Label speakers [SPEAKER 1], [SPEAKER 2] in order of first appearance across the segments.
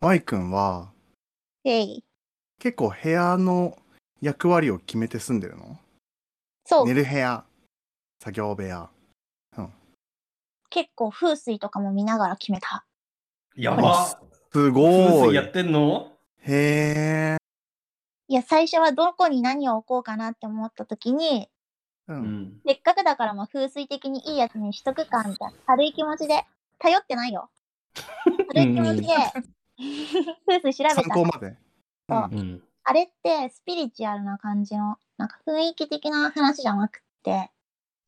[SPEAKER 1] Y 君は
[SPEAKER 2] えい。
[SPEAKER 1] 結構部屋の役割を決めて住んでるの
[SPEAKER 2] そう
[SPEAKER 1] 寝、る部屋、作業部屋。
[SPEAKER 2] 結構風水とかも見ながら決めた。
[SPEAKER 3] や
[SPEAKER 1] あ
[SPEAKER 3] ば。
[SPEAKER 1] す
[SPEAKER 3] 風
[SPEAKER 1] ご
[SPEAKER 3] 水
[SPEAKER 1] い。
[SPEAKER 3] やってんの
[SPEAKER 1] へえ。
[SPEAKER 2] いや、最初はどこに何を置こうかなって思った時に、
[SPEAKER 1] う。
[SPEAKER 3] うんん。
[SPEAKER 2] せっかくだからまあ風水的にいいやつにしとくか、みたいな。軽い気持ちで。頼ってない よ。軽い気持ちで、風水調べ
[SPEAKER 1] 参
[SPEAKER 2] た
[SPEAKER 1] 考。まで。
[SPEAKER 2] そう
[SPEAKER 3] うん。
[SPEAKER 2] あれってスピリチュアルな感じの、なんか雰囲気的な話じゃなくって、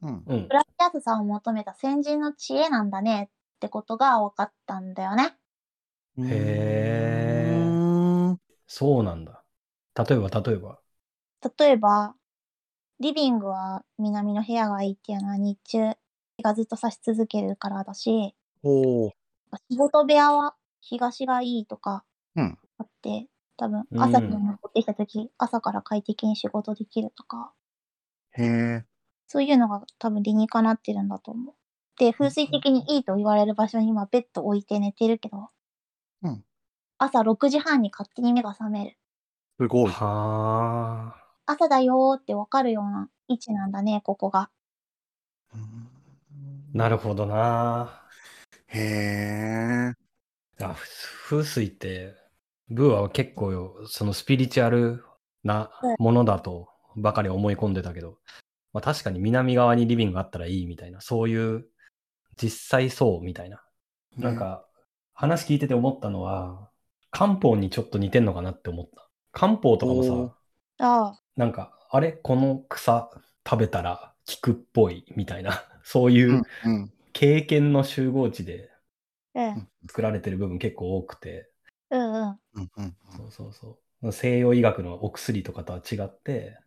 [SPEAKER 1] うん。
[SPEAKER 3] うん
[SPEAKER 2] 暮。らしやすさを求めた先人の知恵なんだねってことが分かったんだよね。
[SPEAKER 1] うん。
[SPEAKER 3] へー
[SPEAKER 1] うん
[SPEAKER 3] そうなんだ。例えば、例えば。
[SPEAKER 2] 例えば、リビングは南の部屋がいいっていうのは日中、日がずっと差し続けるからだし、
[SPEAKER 1] おー
[SPEAKER 2] 仕事部屋は東がいいとか
[SPEAKER 1] うん
[SPEAKER 2] あって、多分
[SPEAKER 3] うん
[SPEAKER 2] 朝から戻ってきた時、朝から快適に仕事できるとか、
[SPEAKER 1] へえ。
[SPEAKER 2] そういうのが多分理にかなってるんだと思う。で、風水的にいいと言われる場所に今ベッド置いて寝てるけど、
[SPEAKER 1] うん
[SPEAKER 2] 朝6時半に勝手に目が覚める。
[SPEAKER 1] すごい。
[SPEAKER 3] はあ。
[SPEAKER 2] 朝だよーってわかるような位置なんだね、ここが。
[SPEAKER 1] うん
[SPEAKER 3] なるほどな。
[SPEAKER 1] へえ。
[SPEAKER 3] あふ風水って、ブーは結構よ、そのスピリチュアルなものだとばかり思い込んでたけど、まあ、確かに南側にリビングあったらいいみたいな、そういう、実際そうみたいな。なんか、話聞いてて思ったのは、漢方にちょっと似てんのかなって思った。漢方とかも
[SPEAKER 1] おー
[SPEAKER 3] さ、
[SPEAKER 2] ああ、
[SPEAKER 3] なんか、あれこの草食べたら効くっぽいみたいな、 そうい
[SPEAKER 1] うん
[SPEAKER 3] う
[SPEAKER 1] うん
[SPEAKER 3] 経験の集合値で
[SPEAKER 2] うん、
[SPEAKER 3] 作られてる部分結構多くて、
[SPEAKER 2] うん、うん。
[SPEAKER 1] うんうん
[SPEAKER 3] そうそうそう。西洋医学のお薬とかとは違って、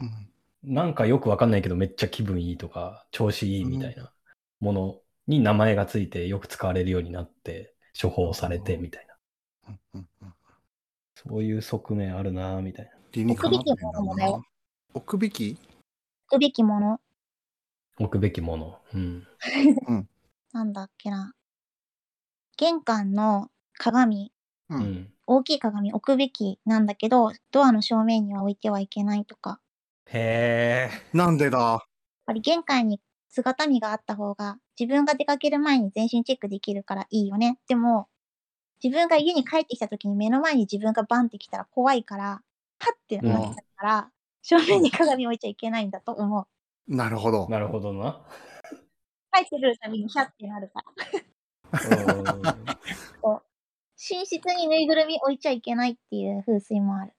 [SPEAKER 1] うん
[SPEAKER 3] なんかよくわかんないけどめっちゃ気分いいとか、調子いいみたいなものに名前がついてよく使われるようになって、処方されてみたいな。
[SPEAKER 1] うんうんうん
[SPEAKER 3] そういう側面あるなぁみたいな。
[SPEAKER 1] 理にかなってんだろ
[SPEAKER 2] 奥引きもある
[SPEAKER 1] う
[SPEAKER 2] もんだ
[SPEAKER 1] な
[SPEAKER 2] よ。
[SPEAKER 1] 奥引き
[SPEAKER 2] くべきもの、
[SPEAKER 3] 置くべきもの。うん。
[SPEAKER 2] なんだっけな。玄関の鏡、
[SPEAKER 1] う。
[SPEAKER 3] うんん。
[SPEAKER 2] 大きい鏡置くべきなんだけど、ドアの正面には置いてはいけないとか、
[SPEAKER 3] へえ。
[SPEAKER 1] なんでだ
[SPEAKER 2] やっぱり玄関に姿見があった方が自分が出かける前に全身チェックできるからいいよね。でも自分が家に帰ってきた時に目の前に自分がバンってきたら怖いからはってなっちゃうから、正面に鏡置いちゃいけないんだと思う。
[SPEAKER 1] なるほ ど。
[SPEAKER 3] なるほどな。
[SPEAKER 2] 帰ってくるたびにひゃってなるから。寝室にぬいぐるみ置いちゃいけないっていう風水もある。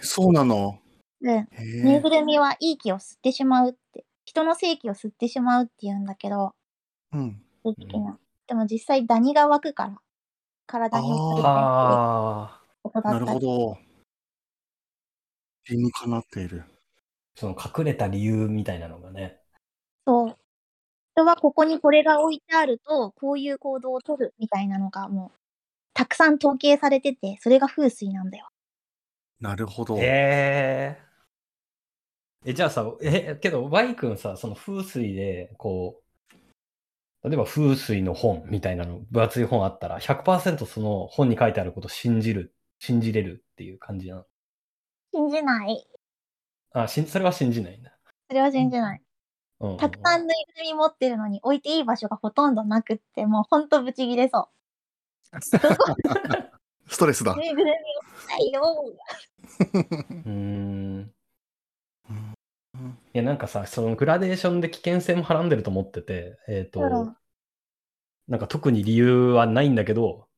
[SPEAKER 1] そうなの。
[SPEAKER 2] うん。
[SPEAKER 1] へ
[SPEAKER 2] ぬい
[SPEAKER 1] え
[SPEAKER 2] ぐ。るみはいい気を吸ってしまうって人の性気を吸ってしまうって言うんだけど
[SPEAKER 1] うん。
[SPEAKER 2] 性的な。でも実際ダニが湧くから体に
[SPEAKER 1] あー
[SPEAKER 2] 移るって
[SPEAKER 3] ああ。
[SPEAKER 2] ことだ
[SPEAKER 1] な
[SPEAKER 2] っ
[SPEAKER 1] る
[SPEAKER 2] たり
[SPEAKER 1] ほど。理にかなっている。
[SPEAKER 3] その隠れた理由みたいなのがね。
[SPEAKER 2] そう。人はここにこれが置いてあると、こういう行動をとるみたいなのがもう、たくさん統計されてて、それが風水なんだよ。
[SPEAKER 1] なるほど。
[SPEAKER 3] へえ。え、じゃあさ、え、けど Y 君さ、その風水で、こう、例えば風水の本みたいなの、分厚い本あったら、100%その本に書いてあることを信じる、信じれるっていう感じなの。
[SPEAKER 2] 信じない。
[SPEAKER 3] あ、しんそれは信じないんだ。
[SPEAKER 2] それは信じない。
[SPEAKER 3] うんうんうん
[SPEAKER 2] たくさんぬいぐるみ持ってるのに置いていい場所がほとんどなくって、もうほんとブチギレそ
[SPEAKER 1] ストレスだ
[SPEAKER 2] う。。ぬいぐるみ置きたいよ。
[SPEAKER 3] うーん。
[SPEAKER 1] うん
[SPEAKER 3] いや、なんかさ、そのグラデーションで危険性もはらんでると思ってて、えっ、と、
[SPEAKER 2] うん
[SPEAKER 3] なんか特に理由はないんだけど、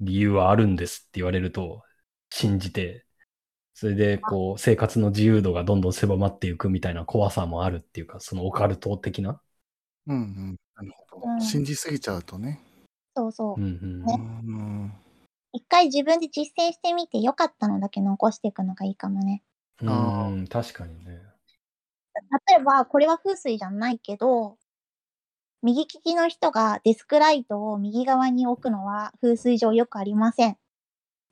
[SPEAKER 3] 理由はあるんですって言われると信じて、それでこう生活の自由度がどんどん狭まっていくみたいな怖さもあるっていうか、そのオカルト的な。
[SPEAKER 1] うんうん。なるほ
[SPEAKER 2] うん
[SPEAKER 1] ど。信じすぎちゃうとね。
[SPEAKER 2] そうそうう。
[SPEAKER 3] ん
[SPEAKER 1] う
[SPEAKER 2] ね
[SPEAKER 1] ん。
[SPEAKER 2] 一回自分で実践してみて良かったのだけ残していくのがいいかもね。
[SPEAKER 3] うん。
[SPEAKER 1] あー
[SPEAKER 3] うん、確かにね。
[SPEAKER 2] 例えば、これは風水じゃないけど、右利きの人がデスクライトを右側に置くのは風水上よくありませんって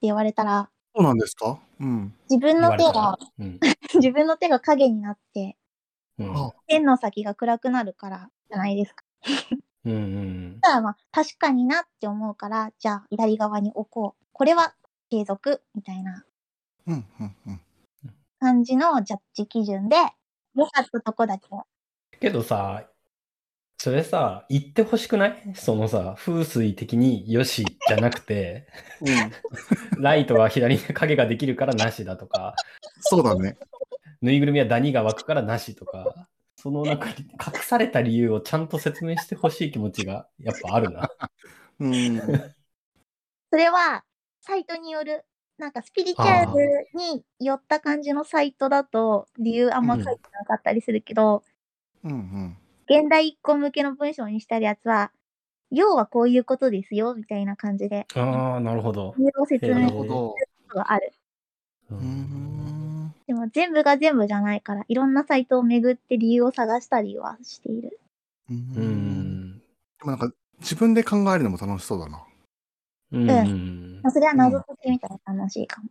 [SPEAKER 2] 言われたら、
[SPEAKER 1] そうなんですかうん。
[SPEAKER 2] 自分の手
[SPEAKER 3] 言わ
[SPEAKER 2] が、
[SPEAKER 3] れたら
[SPEAKER 2] 自分の手が影になって、
[SPEAKER 3] うん。うん
[SPEAKER 1] あ
[SPEAKER 2] 線の先が暗くなるからじゃないですか。
[SPEAKER 3] うんうん
[SPEAKER 2] ただまあ、確かになって思うから、じゃあ左側に置こうこれは継続みたいな
[SPEAKER 1] うんうんうん。
[SPEAKER 2] 感じのジャッジ基準で、良かったとこだけ。
[SPEAKER 3] けどさ、それさ、言ってほしくないそのさ、風水的によしじゃなくて、
[SPEAKER 1] うん、
[SPEAKER 3] ライトは左に影ができるからなしだとか、
[SPEAKER 1] そうだね。
[SPEAKER 3] ぬいぐるみはダニが湧くからなしとか、その中に隠された理由をちゃんと説明してほしい気持ちがやっぱあるな。
[SPEAKER 1] うん。
[SPEAKER 2] それは、サイトによる、なんかスピリチュアルに寄った感じのサイトだと、理由あんま書いてなかったりするけど、
[SPEAKER 1] うんうん。
[SPEAKER 2] 現代一個向けの文章にしたりやつは、要はこういうことですよ、みたいな感じで、
[SPEAKER 3] ああ、なるほど。
[SPEAKER 2] 理由を説
[SPEAKER 3] な
[SPEAKER 2] 明
[SPEAKER 3] る
[SPEAKER 2] する
[SPEAKER 3] ほど
[SPEAKER 2] ことがある。
[SPEAKER 3] う
[SPEAKER 1] うーん。
[SPEAKER 2] でも全部が全部じゃないから、いろんなサイトを巡って理由を探したりはしている。
[SPEAKER 1] うー。
[SPEAKER 3] うん
[SPEAKER 1] で
[SPEAKER 3] ん。
[SPEAKER 1] もなんか、自分で考えるのも楽しそうだな。
[SPEAKER 3] うん
[SPEAKER 2] まあ、それは謎解きみたいな楽しいかも。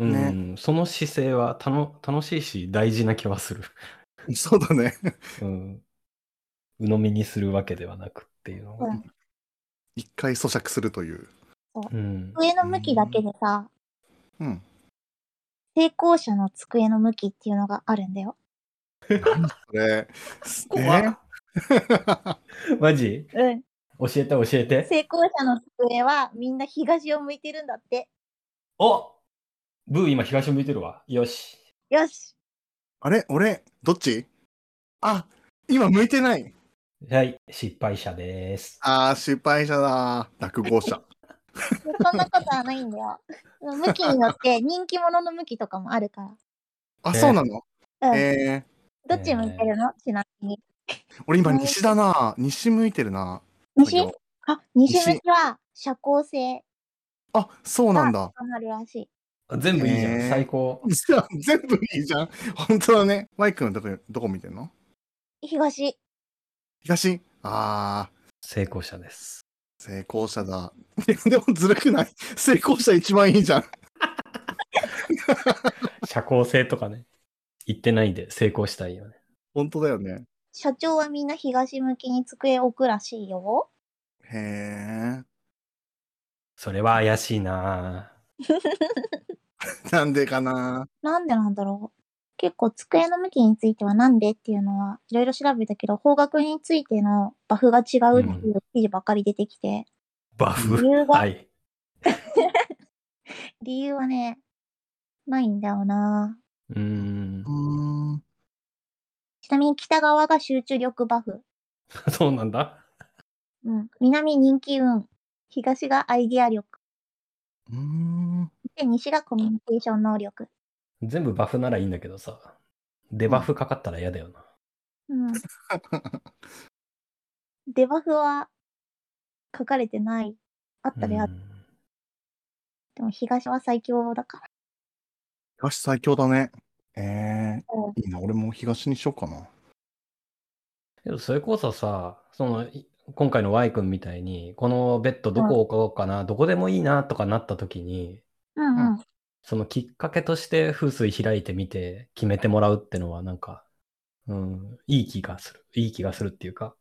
[SPEAKER 3] うんその姿勢はたの楽しいし大事な気はする。
[SPEAKER 1] そうだね。
[SPEAKER 3] うん。鵜呑みにするわけではなくっていうのが。
[SPEAKER 1] 一回咀嚼するという。
[SPEAKER 3] うん。
[SPEAKER 2] 机の向きだけでさ、
[SPEAKER 1] うん。
[SPEAKER 2] 成功者の机の向きっていうのがあるんだよ。
[SPEAKER 1] これ、す
[SPEAKER 3] 怖っ
[SPEAKER 1] ね
[SPEAKER 3] マジ
[SPEAKER 2] うん。
[SPEAKER 3] 教えて教えて。
[SPEAKER 2] 成功者の机はみんな東を向いてるんだって。
[SPEAKER 3] おブー今東向いてるわ。よし。
[SPEAKER 2] よし。
[SPEAKER 1] あれ俺、どっちあ、今向いてない。
[SPEAKER 3] はい。失敗者です。
[SPEAKER 1] あー、失敗者だ。落語者。
[SPEAKER 2] そんなことはないんだよ。向きによって人気者の向きとかもあるか
[SPEAKER 1] あ、そうなの
[SPEAKER 2] ら。うん。
[SPEAKER 1] え
[SPEAKER 2] どっち向いてるのちなみに。
[SPEAKER 1] ー、俺今西だな。西向いてるな。
[SPEAKER 2] 西
[SPEAKER 1] 作業
[SPEAKER 2] あ、西向きは社交性
[SPEAKER 1] あ、そうなんだ。
[SPEAKER 2] がなるらしい。
[SPEAKER 3] 全部いいじゃん。
[SPEAKER 1] えー
[SPEAKER 3] 最高。
[SPEAKER 1] じゃあ全部いいじゃん。本当だね。マイクのどこ、どこ見てんの
[SPEAKER 2] 東。
[SPEAKER 1] 東あー、
[SPEAKER 3] 成功者です。
[SPEAKER 1] 成功者だ。いやでもずるくない成功者一番いいじゃん。
[SPEAKER 3] 社交性とかね。言ってないで成功したいよね。
[SPEAKER 1] 本当だよね。
[SPEAKER 2] 社長はみんな東向きに机置くらしいよ。
[SPEAKER 1] へ
[SPEAKER 3] それは怪しいなぁ
[SPEAKER 1] ー。なんでかな
[SPEAKER 2] なんでなんだろう。結構机の向きについてはなんでっていうのはいろいろ調べたけど方角についてのバフが違うっていう記事ばっかり出てきて、
[SPEAKER 3] バフ。
[SPEAKER 2] 理由が
[SPEAKER 3] はい。
[SPEAKER 2] 理由はねないんだよな
[SPEAKER 3] うーん
[SPEAKER 1] う。ーん。
[SPEAKER 2] ちなみに北側が集中力バフ、
[SPEAKER 3] そうなんだ。
[SPEAKER 2] うん、南人気運東がアイディア力
[SPEAKER 1] うーん。
[SPEAKER 2] で西がコミュニケーション能力、
[SPEAKER 3] 全部バフならいいんだけどさ。デバフかかったら嫌だよな。
[SPEAKER 2] うん、デバフは書かれてないあったりあっ
[SPEAKER 3] うん
[SPEAKER 2] ても東は最強だから
[SPEAKER 1] 東最強だね。え
[SPEAKER 2] う
[SPEAKER 1] ー、いいな。俺も東にしようかな。
[SPEAKER 3] けどそれこそさ、そのい今回の Y 君みたいに、このベッドどこ置こうかな、どこでもいいなとかなった時に、
[SPEAKER 2] うんうん、
[SPEAKER 3] そのきっかけとして風水開いてみて決めてもらうってのはなんか、うん、いい気がする。いい気がするっていうか、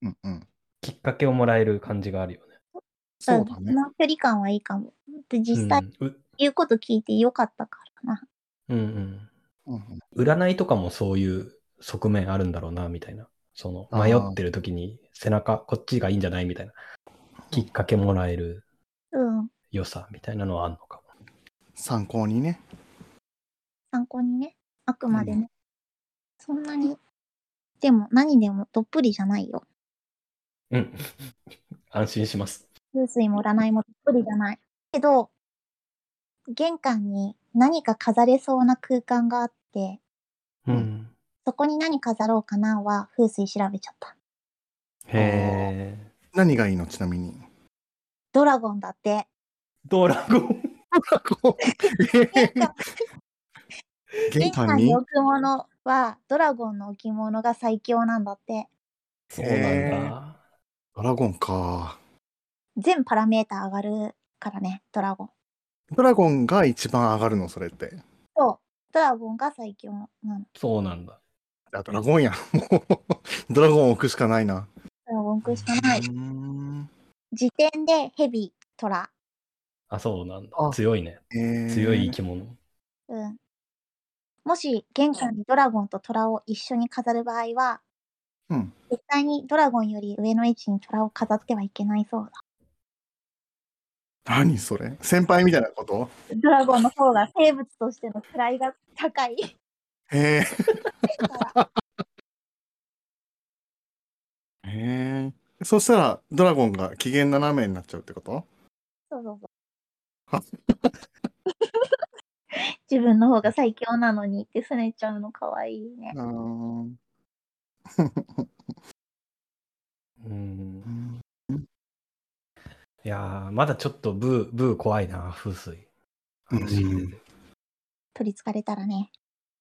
[SPEAKER 1] うんうん。
[SPEAKER 3] きっかけをもらえる感じがあるよね。
[SPEAKER 1] そうだね
[SPEAKER 2] ん。の距離感はいいかも。で、実際、
[SPEAKER 3] うん、う
[SPEAKER 2] 言うこと聞いてよかったからな。
[SPEAKER 3] うんうん。
[SPEAKER 1] うんうん
[SPEAKER 3] 占いとかもそういう側面あるんだろうな、みたいな。その、
[SPEAKER 1] あ
[SPEAKER 3] 迷
[SPEAKER 1] ー
[SPEAKER 3] ってる時に背中、こっちがいいんじゃないみたいな。きっかけもらえる
[SPEAKER 2] うん。
[SPEAKER 3] 良さみたいなのはあるのかも。
[SPEAKER 1] 参考にね。
[SPEAKER 2] 参考にね。あくまでね。そんなに。でも、何でもどっぷりじゃないよ。
[SPEAKER 3] うん。 安心します。
[SPEAKER 2] 風水も占いもどっぷりじゃない。けど、玄関に何か飾れそうな空間があって、
[SPEAKER 1] うん
[SPEAKER 2] そこに何飾ろうかなは風水調べちゃった。
[SPEAKER 3] へえ。
[SPEAKER 1] 何がいいのちな みに。
[SPEAKER 2] ドラゴンだって。
[SPEAKER 3] ドラゴン。
[SPEAKER 2] 玄関
[SPEAKER 1] 玄
[SPEAKER 2] 玄
[SPEAKER 1] 関
[SPEAKER 2] 関
[SPEAKER 1] に
[SPEAKER 2] に置くものは、ドラゴンの置物が最強なんだって。
[SPEAKER 3] そうなんだ。
[SPEAKER 1] ドラゴンか。
[SPEAKER 2] 全パラメーター上がるからね、ドラゴン。
[SPEAKER 1] ドラゴンが一番上がるの、それって。
[SPEAKER 2] そう。ドラゴンが最強なの。
[SPEAKER 3] そうなんだ。
[SPEAKER 1] あ、ドラゴンや。 もう、ドラゴンを置くしかないな。。
[SPEAKER 2] ドラゴンくしかないう
[SPEAKER 1] ーん
[SPEAKER 2] 時点でヘビ、トラ。
[SPEAKER 3] あ、そうなんだ。
[SPEAKER 1] あ
[SPEAKER 3] 強いね。
[SPEAKER 1] えー
[SPEAKER 3] 強い生き物。
[SPEAKER 2] うん。もし玄関にドラゴンと虎を一緒に飾る場合は、
[SPEAKER 1] うん
[SPEAKER 2] 絶対にドラゴンより上の位置に虎を飾ってはいけないそう
[SPEAKER 1] 何それ先輩みたいなこと
[SPEAKER 2] だ。ドラゴンの方が生物としての位が高い。
[SPEAKER 1] へえ。へえ。そしたら、ドラゴンが機嫌斜めになっちゃうってこと
[SPEAKER 2] そうそうそ
[SPEAKER 1] は
[SPEAKER 2] う。自分の方が最強なのにってすねちゃうのかわいいね。
[SPEAKER 1] うーん。
[SPEAKER 3] うん。いやー、まだちょっとブー、ブー怖いな、風水。話聞いてて
[SPEAKER 2] 取りつかれたらね、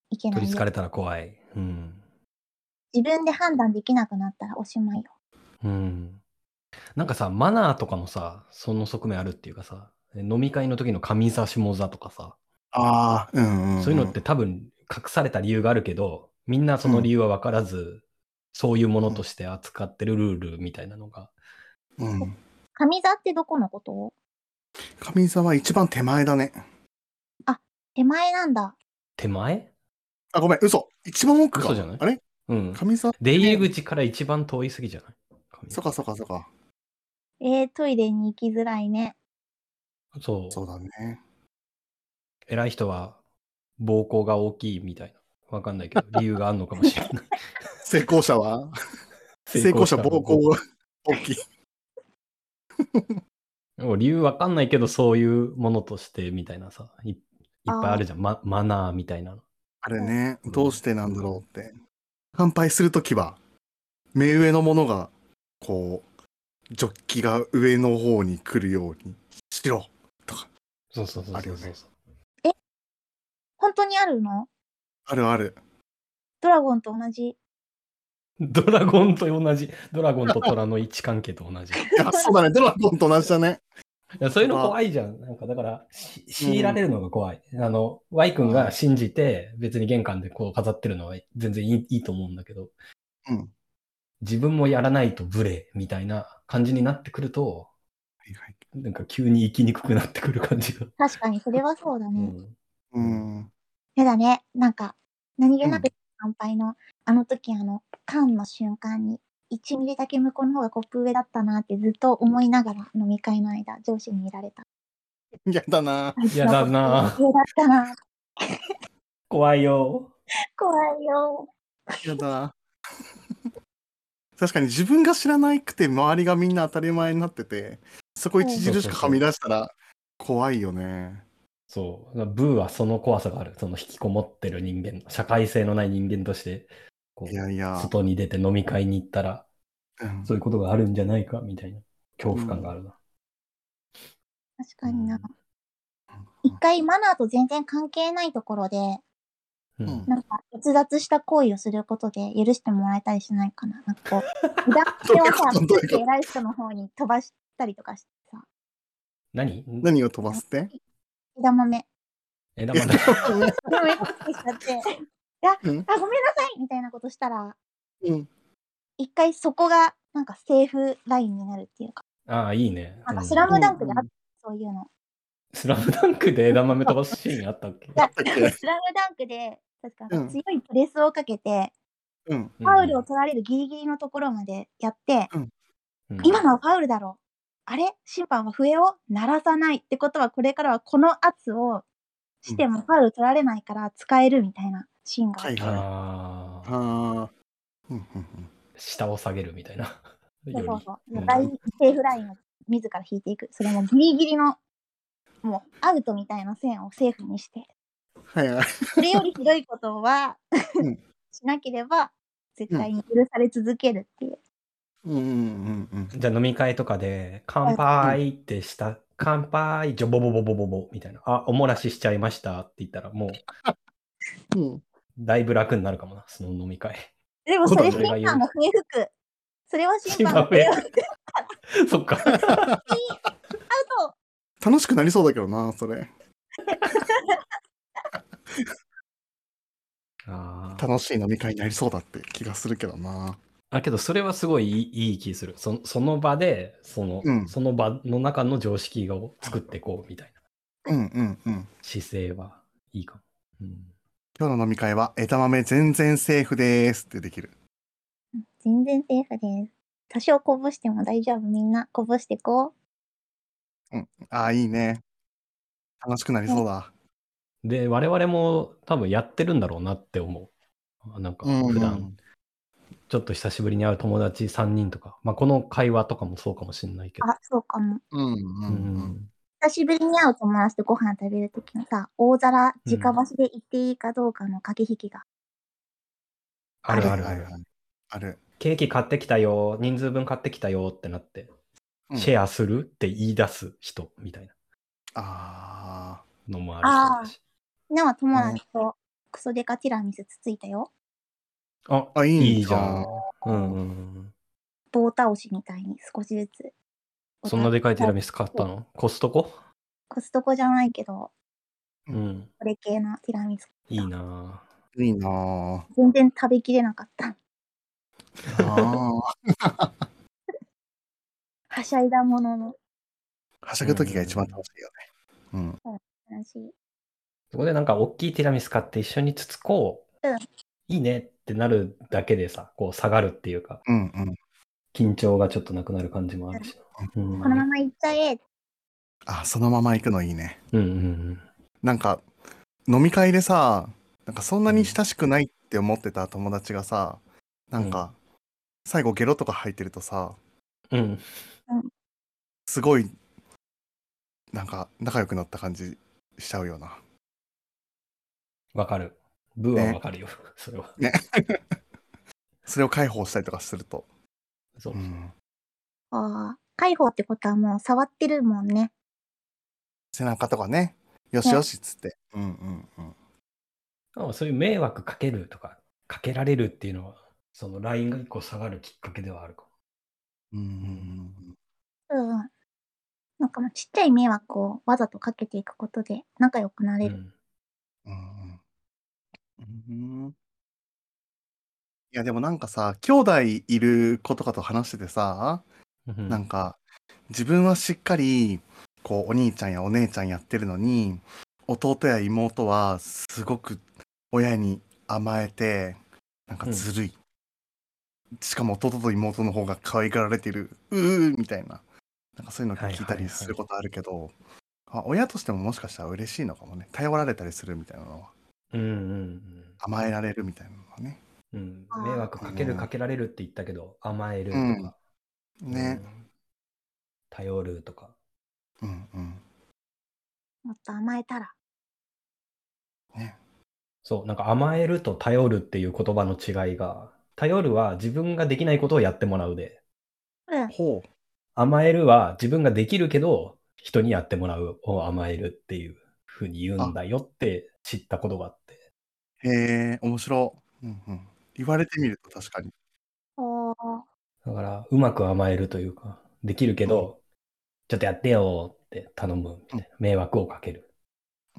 [SPEAKER 2] いけな
[SPEAKER 3] 取
[SPEAKER 2] い
[SPEAKER 3] り
[SPEAKER 2] よ
[SPEAKER 3] つかれたら怖い。うん。
[SPEAKER 2] 自分で判断できなくなったらおしまいよ。
[SPEAKER 3] うん。なんかさ、マナーとかもさ、その側面あるっていうかさ、飲み会の時の上座下座とかさ、
[SPEAKER 1] ああ、うんうんん。
[SPEAKER 3] そういうのって多分隠された理由があるけど、みんなその理由は分からず、そういうものとして扱ってるルールみたいなのが、
[SPEAKER 1] うん。
[SPEAKER 2] 上座ってどこのこと
[SPEAKER 1] 神座は一番手前だね。
[SPEAKER 2] 手前なんだ。
[SPEAKER 3] 手前
[SPEAKER 1] あ、ごめん、嘘。一番奥か。
[SPEAKER 3] 嘘じゃない
[SPEAKER 1] あれ
[SPEAKER 3] うん。
[SPEAKER 1] 神座
[SPEAKER 3] 出入り口から一番遠いすぎじゃない
[SPEAKER 1] そっかそっかそっか。
[SPEAKER 2] えー、トイレに行きづらいね。
[SPEAKER 3] そう
[SPEAKER 1] そうだね。
[SPEAKER 3] 偉い人は膀胱が大きいみたいな。わかんないけど、理由があるのかもしれない。
[SPEAKER 1] 成功者は成功者暴行が大きい。
[SPEAKER 3] でも理由わかんないけど、そういうものとしてみたいなさ、いいっぱいあるじゃん。まマナーみたいなの。
[SPEAKER 1] あれね、どうしてなんだろうって。乾杯するときは、目上のものが、こう、ジョッキが上の方に来るようにしろ。
[SPEAKER 3] そうそうそう
[SPEAKER 1] ある
[SPEAKER 3] そ
[SPEAKER 1] よ
[SPEAKER 3] うそう
[SPEAKER 1] ね。
[SPEAKER 2] 本当にあるの
[SPEAKER 1] ある ある。
[SPEAKER 2] ドラゴンと同じ。
[SPEAKER 3] ドラゴンと同じ、ドラゴンと虎の位置関係と同じ。い
[SPEAKER 1] いや、そうだね。ドラゴンと同じだね。
[SPEAKER 3] やそういうの怖いじゃん。なんかだから、し強いられるのが怖い。あの、Y 君が信じて、別に玄関でこう飾ってるのは全然いいいいと思うんだけど、
[SPEAKER 1] うん。
[SPEAKER 3] 自分もやらないと無礼みたいな感じになってくると、
[SPEAKER 1] はいはい
[SPEAKER 3] なんか急に生きにくくなってくる感じが。
[SPEAKER 2] 確かに、それはそうだ
[SPEAKER 3] う
[SPEAKER 2] ね。
[SPEAKER 3] ん
[SPEAKER 1] うん。
[SPEAKER 2] やだね。なんか、何気な
[SPEAKER 1] う
[SPEAKER 2] く乾杯の、あの時、あの、缶の瞬間に、1ミリだけ向こうの方がコップ上だったなってずっと思いながら飲み会の間、上司に見られた。
[SPEAKER 1] やだな。
[SPEAKER 3] やだな
[SPEAKER 2] 上だったな。
[SPEAKER 3] 怖いよ。
[SPEAKER 2] 怖いよ。
[SPEAKER 1] やだ。 確かに自分が知らなくて周りがみんな当たり前になっててそこ著しくはみ出したら怖いよね。
[SPEAKER 3] そう。ブーはその怖さがある。その引きこもってる人間、社会性のない人間として、こ、
[SPEAKER 1] いうやいや、
[SPEAKER 3] 外に出て飲み会に行ったら、
[SPEAKER 1] うん
[SPEAKER 3] そういうことがあるんじゃないかみたいな恐怖感があるな。
[SPEAKER 2] 確かにな。
[SPEAKER 1] うん
[SPEAKER 2] 一回マナーと全然関係ないところで、
[SPEAKER 3] うん
[SPEAKER 1] うん
[SPEAKER 2] なんか、逸脱した行為をすることで許してもらえたりしないかな。なんかこ う、無駄っ
[SPEAKER 1] どういう
[SPEAKER 2] を
[SPEAKER 1] こ
[SPEAKER 2] さ、
[SPEAKER 1] とどういうこと
[SPEAKER 2] 偉い人の方に飛ばしたりとかしてさ、
[SPEAKER 3] 何
[SPEAKER 1] 何を飛ばす って
[SPEAKER 2] 枝豆、
[SPEAKER 3] 枝豆。
[SPEAKER 2] 枝豆飛ばしてきちゃって、
[SPEAKER 1] うん
[SPEAKER 2] あ、ごめんなさいみたいなことしたら、
[SPEAKER 1] うん
[SPEAKER 2] 一回そこが、なんかセーフラインになるっていうか、
[SPEAKER 3] ああ、いいね。
[SPEAKER 2] なん
[SPEAKER 3] う
[SPEAKER 2] か
[SPEAKER 3] ん
[SPEAKER 2] スラムダンクであった、そういうの。
[SPEAKER 3] スラムダンクで枝豆飛ばすシーンあった っけ
[SPEAKER 2] い
[SPEAKER 1] だ
[SPEAKER 2] や
[SPEAKER 1] っけ
[SPEAKER 2] スラムダンクで、確
[SPEAKER 1] う
[SPEAKER 2] か
[SPEAKER 1] ん
[SPEAKER 2] 強いプレスをかけて、
[SPEAKER 1] うん
[SPEAKER 3] う
[SPEAKER 2] フ
[SPEAKER 3] ん
[SPEAKER 2] ァウルを取られるギリギリのところまでやって、
[SPEAKER 3] うん
[SPEAKER 2] 今のはファウルだろ。あれ審判は笛を鳴らさないってことは、これからはこの圧をしてもファウル取られないから使えるみたいなシーンがあ
[SPEAKER 1] は
[SPEAKER 2] る。
[SPEAKER 1] いはい。
[SPEAKER 3] ああ、
[SPEAKER 1] あーうんうん
[SPEAKER 3] 下を下げるみたいな。
[SPEAKER 2] そうそ
[SPEAKER 3] よ
[SPEAKER 2] う
[SPEAKER 3] り
[SPEAKER 2] そう。
[SPEAKER 3] より
[SPEAKER 2] ラインセーフラインを自ら引いていく。それもギリギリの、もうアウトみたいな線をセーフにして、
[SPEAKER 1] うんはいはい。
[SPEAKER 2] それよりひどいことは、
[SPEAKER 1] うん
[SPEAKER 2] しなければ絶対に許され続けるっていう。
[SPEAKER 1] うんうんうんうん。
[SPEAKER 3] じゃあ飲み会とかで、乾杯ってした、乾杯、ジョボボボボボボみたいな、あ、お漏らししちゃいましたって言ったら、もう、
[SPEAKER 1] うん
[SPEAKER 3] だいぶ楽になるかもな、その飲み会。
[SPEAKER 2] でもそれ
[SPEAKER 1] そ
[SPEAKER 2] 審
[SPEAKER 1] う
[SPEAKER 3] だね
[SPEAKER 2] 判が笛吹く。それは審判が
[SPEAKER 3] 審判笛
[SPEAKER 2] 笛を吹く。
[SPEAKER 3] そっか。
[SPEAKER 2] アウト
[SPEAKER 1] 楽しくなりそうだけどな、それ。
[SPEAKER 3] あー
[SPEAKER 1] 楽しい飲み会になりそうだって気がするけどな。
[SPEAKER 3] あ、けどそれはすごいいいいい気する。そその場で、その、
[SPEAKER 1] うん
[SPEAKER 3] その場の中の常識を作っていこうみたいな
[SPEAKER 1] うんうんうん。
[SPEAKER 3] 姿勢はいいかも。うん、
[SPEAKER 1] 今日の飲み会は、枝豆全然セーフですってできる。
[SPEAKER 2] 全然セーフです。多少こぼしても大丈夫。みんなこぼしてこう。
[SPEAKER 1] ああ、いいね。楽しくなりそうだ。
[SPEAKER 3] で、我々も多分やってるんだろうなって思う。なんか、普段、ちょっと久しぶりに会う友達3人とか、まあ、この会話とかもそうかもしれないけど。
[SPEAKER 2] あ、そうかも。
[SPEAKER 1] うんうん
[SPEAKER 3] う
[SPEAKER 1] うん。
[SPEAKER 3] ん、
[SPEAKER 2] 久しぶりに会う友達とご飯食べるときのさ、大皿、直箸で行っていいかどうかの駆け引きが。
[SPEAKER 3] あるあるある。
[SPEAKER 1] ある。
[SPEAKER 3] ケーキ買ってきたよ、人数分買ってきたよってなって、
[SPEAKER 1] うん
[SPEAKER 3] シェアするって言い出す人みたいな
[SPEAKER 1] あ
[SPEAKER 3] のもあるし。
[SPEAKER 2] なは友達とクソデカティラミスつついたよ。
[SPEAKER 3] あ
[SPEAKER 1] あ。あ、いいん
[SPEAKER 3] いい
[SPEAKER 1] じ
[SPEAKER 3] じ
[SPEAKER 1] ゃ
[SPEAKER 3] ゃん
[SPEAKER 1] ん。。
[SPEAKER 3] うんうんうん。
[SPEAKER 2] 棒倒しみたいに少しずつ。
[SPEAKER 3] そんなでかいティラ
[SPEAKER 2] ミ
[SPEAKER 3] ミス買ったのコストコ
[SPEAKER 2] コストコじゃないけど、
[SPEAKER 1] う
[SPEAKER 3] うんん。
[SPEAKER 2] これ系のティラミス。
[SPEAKER 3] いいなぁ
[SPEAKER 1] いい なぁ。
[SPEAKER 2] 全然食べきれなかった。
[SPEAKER 1] あー
[SPEAKER 2] はしゃいだものの
[SPEAKER 1] はしゃぐときが一番楽しいよね。
[SPEAKER 2] 話。
[SPEAKER 3] そこでなんか大きいティラミス買って一緒につつこう。
[SPEAKER 2] うん
[SPEAKER 3] いいねってなるだけでさ、こう下がるっていうか、
[SPEAKER 1] うん。うんうん。
[SPEAKER 3] 緊張がちょっとなくなる感じもあるしな。うん。
[SPEAKER 2] このまま行っちゃえ。
[SPEAKER 1] あ、そのまま行くのいいね。
[SPEAKER 3] うんうんうん。
[SPEAKER 1] なんか、飲み会でさ、なんかそんなに親しくないって思ってた友達がさ、なんか、最後ゲロとか入ってるとさ、
[SPEAKER 3] うん。
[SPEAKER 1] すごい、なんか仲良くなった感じしちゃうよな。
[SPEAKER 3] わかる。ブーはわかるよ。それは。
[SPEAKER 1] それを解放したりとかすると。
[SPEAKER 3] そう
[SPEAKER 1] う。ん。
[SPEAKER 2] ああ、解放ってことはもう触ってるもんね。
[SPEAKER 1] 背中とかね、よしよしっつって。うんうんうん。
[SPEAKER 3] あそういう迷惑かけるとか、かけられるっていうのは、そのラインが一個下がるきっかけではあるかも。
[SPEAKER 1] うんうん
[SPEAKER 2] うん。なんかもうちっちゃい迷惑をわざとかけていくことで仲良くなれる。
[SPEAKER 1] うんうんうんうんいやでもなんかさ兄弟いる子とかと話しててさ、
[SPEAKER 3] うん
[SPEAKER 1] なんか自分はしっかりこうお兄ちゃんやお姉ちゃんやってるのに弟や妹はすごく親に甘えてなんかずるい、しかも弟と妹の方が可愛がられてるうーみたいななんかそういうの聞いたりすることあるけど、あ親としてももしかしたら嬉しいのかもね頼られたりするみたいなのは
[SPEAKER 3] うんうん
[SPEAKER 1] 甘えられるみたいなのはね
[SPEAKER 3] うんうん
[SPEAKER 2] あー
[SPEAKER 3] 迷惑かけ
[SPEAKER 1] う
[SPEAKER 3] る、
[SPEAKER 1] ん
[SPEAKER 3] かけられるって言ったけど、甘えるとか、
[SPEAKER 1] ね
[SPEAKER 3] うん頼るとか。
[SPEAKER 1] うんうん
[SPEAKER 2] もっと甘えたら。
[SPEAKER 3] そう、なんか甘えると頼るっていう言葉の違いが、頼るは自分ができないことをやってもらうで、
[SPEAKER 2] うん。
[SPEAKER 1] ほう
[SPEAKER 3] 甘えるは自分ができるけど、人にやってもらうを甘えるっていうふうに言うんだよって知ったことがあって。
[SPEAKER 1] へえ面白い、うんうん、言われてみると確かに
[SPEAKER 2] おー
[SPEAKER 3] だから、うまく甘えるというか、できるけど、ちょっとやってよって頼むみたいな、迷惑をかける。
[SPEAKER 1] う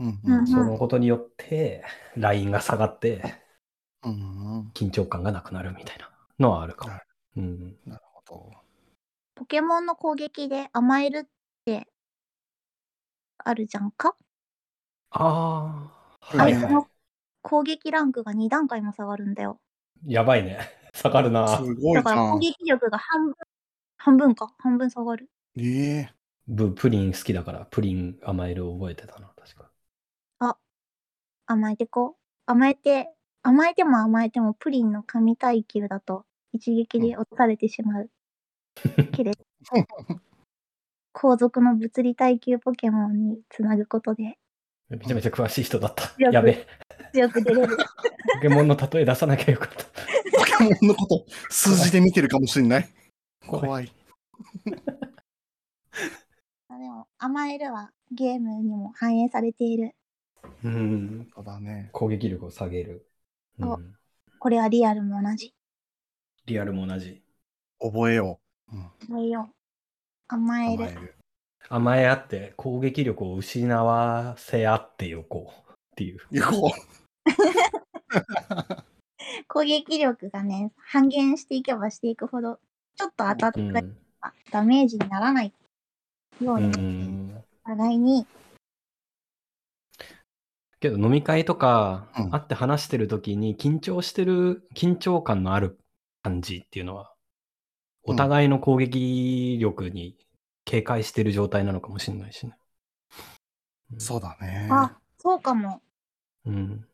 [SPEAKER 1] ん
[SPEAKER 2] うん
[SPEAKER 3] そのことによって、ラインが下がって、
[SPEAKER 1] うんうん
[SPEAKER 3] 緊張感がなくなるみたいなのはあるかも
[SPEAKER 1] は。
[SPEAKER 3] うん。
[SPEAKER 1] なるほど。
[SPEAKER 2] ポケモンの攻撃で甘えるってあるじゃんか
[SPEAKER 3] ああ、
[SPEAKER 1] は
[SPEAKER 3] はいい
[SPEAKER 1] はい
[SPEAKER 3] は
[SPEAKER 2] 攻撃ランクが2段階も下がるんだよ。
[SPEAKER 3] い。やばいね。 下がるな。
[SPEAKER 1] すご
[SPEAKER 2] だ
[SPEAKER 1] いじ
[SPEAKER 2] から
[SPEAKER 1] ゃ
[SPEAKER 2] 攻
[SPEAKER 1] ん。
[SPEAKER 2] 撃力が半分、半分か。半分下がる。
[SPEAKER 1] ええ
[SPEAKER 3] ブプリン好きだから、プリン甘える覚えてたな、確か。
[SPEAKER 2] 甘えてこう。甘えて、甘えても甘えてもプリンの神耐久だと一撃で落とされてしまう。け れど、後続の物理耐久ポケモンにつなぐことで
[SPEAKER 3] めちゃめちゃ詳しい人だった。
[SPEAKER 2] よく
[SPEAKER 3] やべえ。
[SPEAKER 2] 強く出れる。
[SPEAKER 3] ポケモンの例え出さなきゃよかった。
[SPEAKER 1] ポケモンのこと、数字で見てるかもしれ ない。
[SPEAKER 3] 怖い
[SPEAKER 1] 怖い。
[SPEAKER 2] あでも甘えるはゲームにも反映されている。
[SPEAKER 3] うん。
[SPEAKER 1] そうだね。
[SPEAKER 3] 攻撃力を下げる。う
[SPEAKER 2] お
[SPEAKER 3] ん、
[SPEAKER 2] これはリアルも同じ。
[SPEAKER 3] リアルも同じ。
[SPEAKER 1] 覚えよ
[SPEAKER 2] 覚えよう。
[SPEAKER 1] う。
[SPEAKER 2] 甘え
[SPEAKER 1] 甘
[SPEAKER 2] る。
[SPEAKER 1] える。
[SPEAKER 3] 甘え合って攻撃力を失わせ合ってよこうっていう。
[SPEAKER 1] 行こう。
[SPEAKER 2] 攻撃力がね、半減していけばしていくほど、ちょっと当たったり
[SPEAKER 3] うん。
[SPEAKER 2] とかダメージにならないよう
[SPEAKER 3] う
[SPEAKER 2] に、
[SPEAKER 3] ん。
[SPEAKER 2] お互いに、
[SPEAKER 3] けど飲み会とか
[SPEAKER 1] うん
[SPEAKER 3] 会って話してる時に緊張してる緊張感のある感じっていうのは
[SPEAKER 1] うん
[SPEAKER 3] お互いの攻撃力に警戒してる状態なのかもしれないしね。
[SPEAKER 1] そうだね。
[SPEAKER 2] あ、そうかも。
[SPEAKER 3] うん。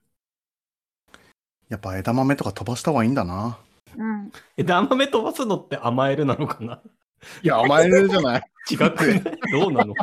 [SPEAKER 1] やっぱ枝豆とか飛ばした方がいいんだな。
[SPEAKER 2] うん。
[SPEAKER 3] 枝豆飛ば すのって甘えるなのかない
[SPEAKER 1] や、甘えるじゃない。
[SPEAKER 3] 違くないどうなの